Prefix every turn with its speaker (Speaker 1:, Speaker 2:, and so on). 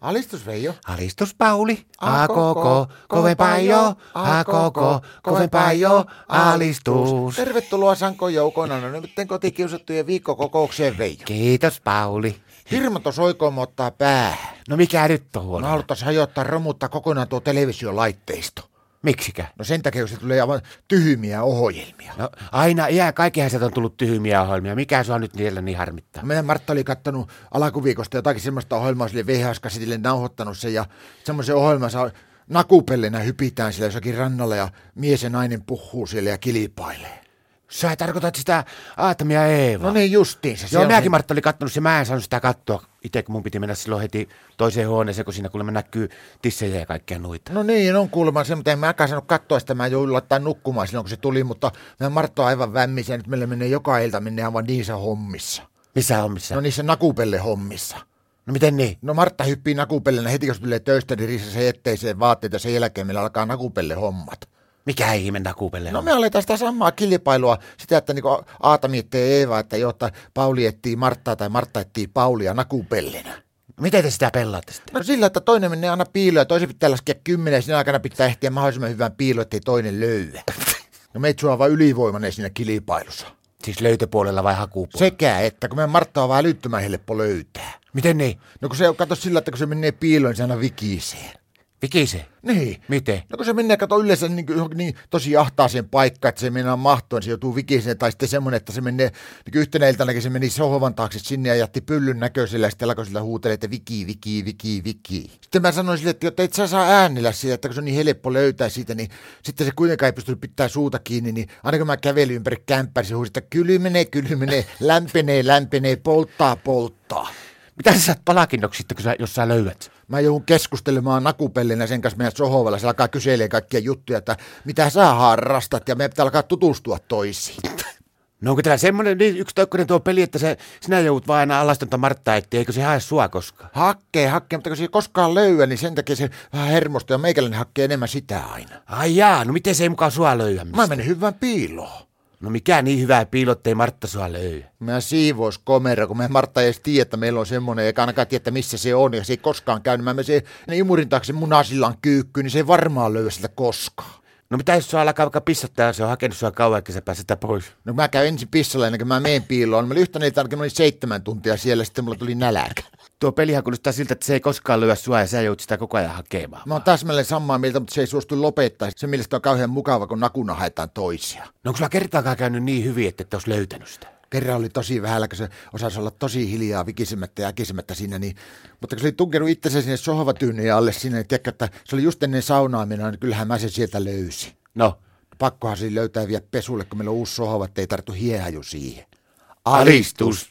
Speaker 1: Alistus Veijo.
Speaker 2: Alistus Pauli, a koko, kovempaa jo, a koko, kovempaa jo, alistus.
Speaker 1: Tervetuloa Sanko Joukona, no nyt kotikiusattujen viikkokokoukseen Veijo.
Speaker 2: Kiitos Pauli.
Speaker 1: Hirmato soikoon ottaa päähän.
Speaker 2: No mikä nyt on
Speaker 1: No
Speaker 2: huono?
Speaker 1: haluttaisiin hajottaa romuttaa kokonaan tuo televisiolaitteisto.
Speaker 2: Miksikä?
Speaker 1: No sen takia, kun se tulee aivan tyhmiä ohjelmia.
Speaker 2: No aina iän kaikkihan sieltä on tullut tyhmiä ohjelmia. Mikä sua nyt niillä niin harmittaa?
Speaker 1: Meidän Martta oli kattonut alakuviikosta jotakin semmoista ohjelmaa sille VHS-kasetille nauhoittanut sen ja semmoisen ohjelmansa nakupellenä hypitään siellä jossakin rannalla ja mies ja nainen puhuu siellä ja kilpailee.
Speaker 2: Sä tarkoitat sitä Aatamia ja Eevaa.
Speaker 1: No niin justiinsa. se
Speaker 2: Joo,
Speaker 1: on
Speaker 2: minäkin
Speaker 1: se-
Speaker 2: Martta oli kattonut se, mä en saanut sitä katsoa itse, kun mun piti mennä silloin heti toiseen huoneeseen, kun siinä kuulemma näkyy tissejä ja kaikkea noita.
Speaker 1: No niin, on kuulemma se, mutta en mäkään saanut katsoa sitä, mä jouduin laittaa nukkumaan silloin, kun se tuli, mutta mä Martta on aivan vämmissä, ja nyt meillä menee joka ilta menee aivan niissä hommissa.
Speaker 2: Missä on missä?
Speaker 1: No
Speaker 2: No,
Speaker 1: niissä nakupelle hommissa.
Speaker 2: no miten niin?
Speaker 1: No Martta hyppii nakupellenä heti, jos tulee töistä, niin riisää se etteiseen vaatteita, sen jälkeen meillä alkaa nakupelle hommat.
Speaker 2: Mikä ei mennä kuupelle
Speaker 1: No me aletaan sitä samaa kilpailua, sitä, että niinku Aatami ettei Eeva, että jotta Pauli etsii Marttaa tai Martta etsii Paulia nakupellenä.
Speaker 2: Miten te sitä pelaatte sitten?
Speaker 1: No sillä, että toinen menee aina piiloon ja toisen pitää laskea kymmenen ja siinä aikana pitää ehtiä mahdollisimman hyvän piiloon, ettei toinen löyä. No meitsua on vaan ylivoimainen siinä kilpailussa.
Speaker 2: Siis löytöpuolella vai hakupuolella?
Speaker 1: Sekä että, kun meidän Martta on vähän älyttömän helppo löytää.
Speaker 2: Miten niin?
Speaker 1: No kun se kato sillä, että kun se menee piiloon, niin se aina vikisee.
Speaker 2: Vikise.
Speaker 1: Niin.
Speaker 2: Miten?
Speaker 1: No kun se menee, kato yleensä niin, kuin johonkin niin tosi ahtaaseen paikkaan, että se meinaa mahtoon, se joutuu vikiseen, tai sitten semmoinen, että se menee, niin kuin yhtenä iltanakin se meni sohvan taakse sinne ja jätti pyllyn näköisellä, ja sitten alkoi sillä huutelee, että viki, viki, viki, viki. Sitten mä sanoin sille, että jotta et sä saa äänellä siitä, että kun se on niin helppo löytää siitä, niin sitten se kuitenkaan ei pystynyt pitää suuta kiinni, niin aina kun mä kävelin ympäri kämppää, niin se huusi, että kylmenee, kylmenee, lämpenee, lämpenee, polttaa, polttaa.
Speaker 2: Mitä sä saat palakinnoksi sitten, kun sä, jos sä löydät?
Speaker 1: Mä joudun keskustelemaan nakupellinä sen kanssa meidän sohovalla. Se alkaa kyselemään kaikkia juttuja, että mitä sä harrastat ja meidän pitää alkaa tutustua toisiin.
Speaker 2: No onko täällä semmoinen niin yksi toikkonen tuo peli, että se, sinä joudut vaan aina alastonta Marttaa, ettei eikö se hae sua koskaan?
Speaker 1: Hakkee, hakkee, mutta kun se ei koskaan löyä, niin sen takia se vähän hermostuu ja meikäläinen hakkee enemmän sitä aina.
Speaker 2: Ai jaa, no miten se ei mukaan sua löyä?
Speaker 1: Mä menen hyvään piiloon.
Speaker 2: No mikä niin hyvää piilottei Martta sua löyä?
Speaker 1: Mä siivous komero, kun me Martta ei edes tiedä, että meillä on semmoinen, eikä ainakaan tiedä, että missä se on, ja se ei koskaan käynyt. Mä menen sen imurin taakse munasillan kyykkyyn, niin se ei varmaan löyä sitä koskaan.
Speaker 2: No mitä jos sua alkaa vaikka pissottaa, se on hakenut sua kauan, että sä pääset sitä pois?
Speaker 1: No kun mä käyn ensin pissalla ennen kuin mä menen piiloon. Mä olin yhtenä iltana, kun mä olin seitsemän tuntia siellä, sitten mulla tuli näläkä.
Speaker 2: Tuo pelihän kuulostaa siltä, että se ei koskaan lyö sua ja sä joudut sitä koko ajan hakemaan.
Speaker 1: Mä oon täsmälleen samaa mieltä, mutta se ei suostu lopettaa. Se mielestä on kauhean mukava, kun nakuna haetaan toisia.
Speaker 2: No onko sulla kertaakaan käynyt niin hyvin, että et olisi löytänyt sitä?
Speaker 1: Kerran oli tosi vähällä, kun se osasi olla tosi hiljaa vikisemättä ja äkisemättä siinä, niin, mutta kun se oli tunkenut itsensä sinne sohvatyynyjen alle sinne, niin tiedätkö, että se oli just ennen saunaa menoa, niin kyllähän mä sen sieltä löysin.
Speaker 2: No,
Speaker 1: Pakkohan siinä löytää vielä pesulle, kun meillä on uusi sohva, ettei tarttu hiehaju siihen.
Speaker 2: alistus!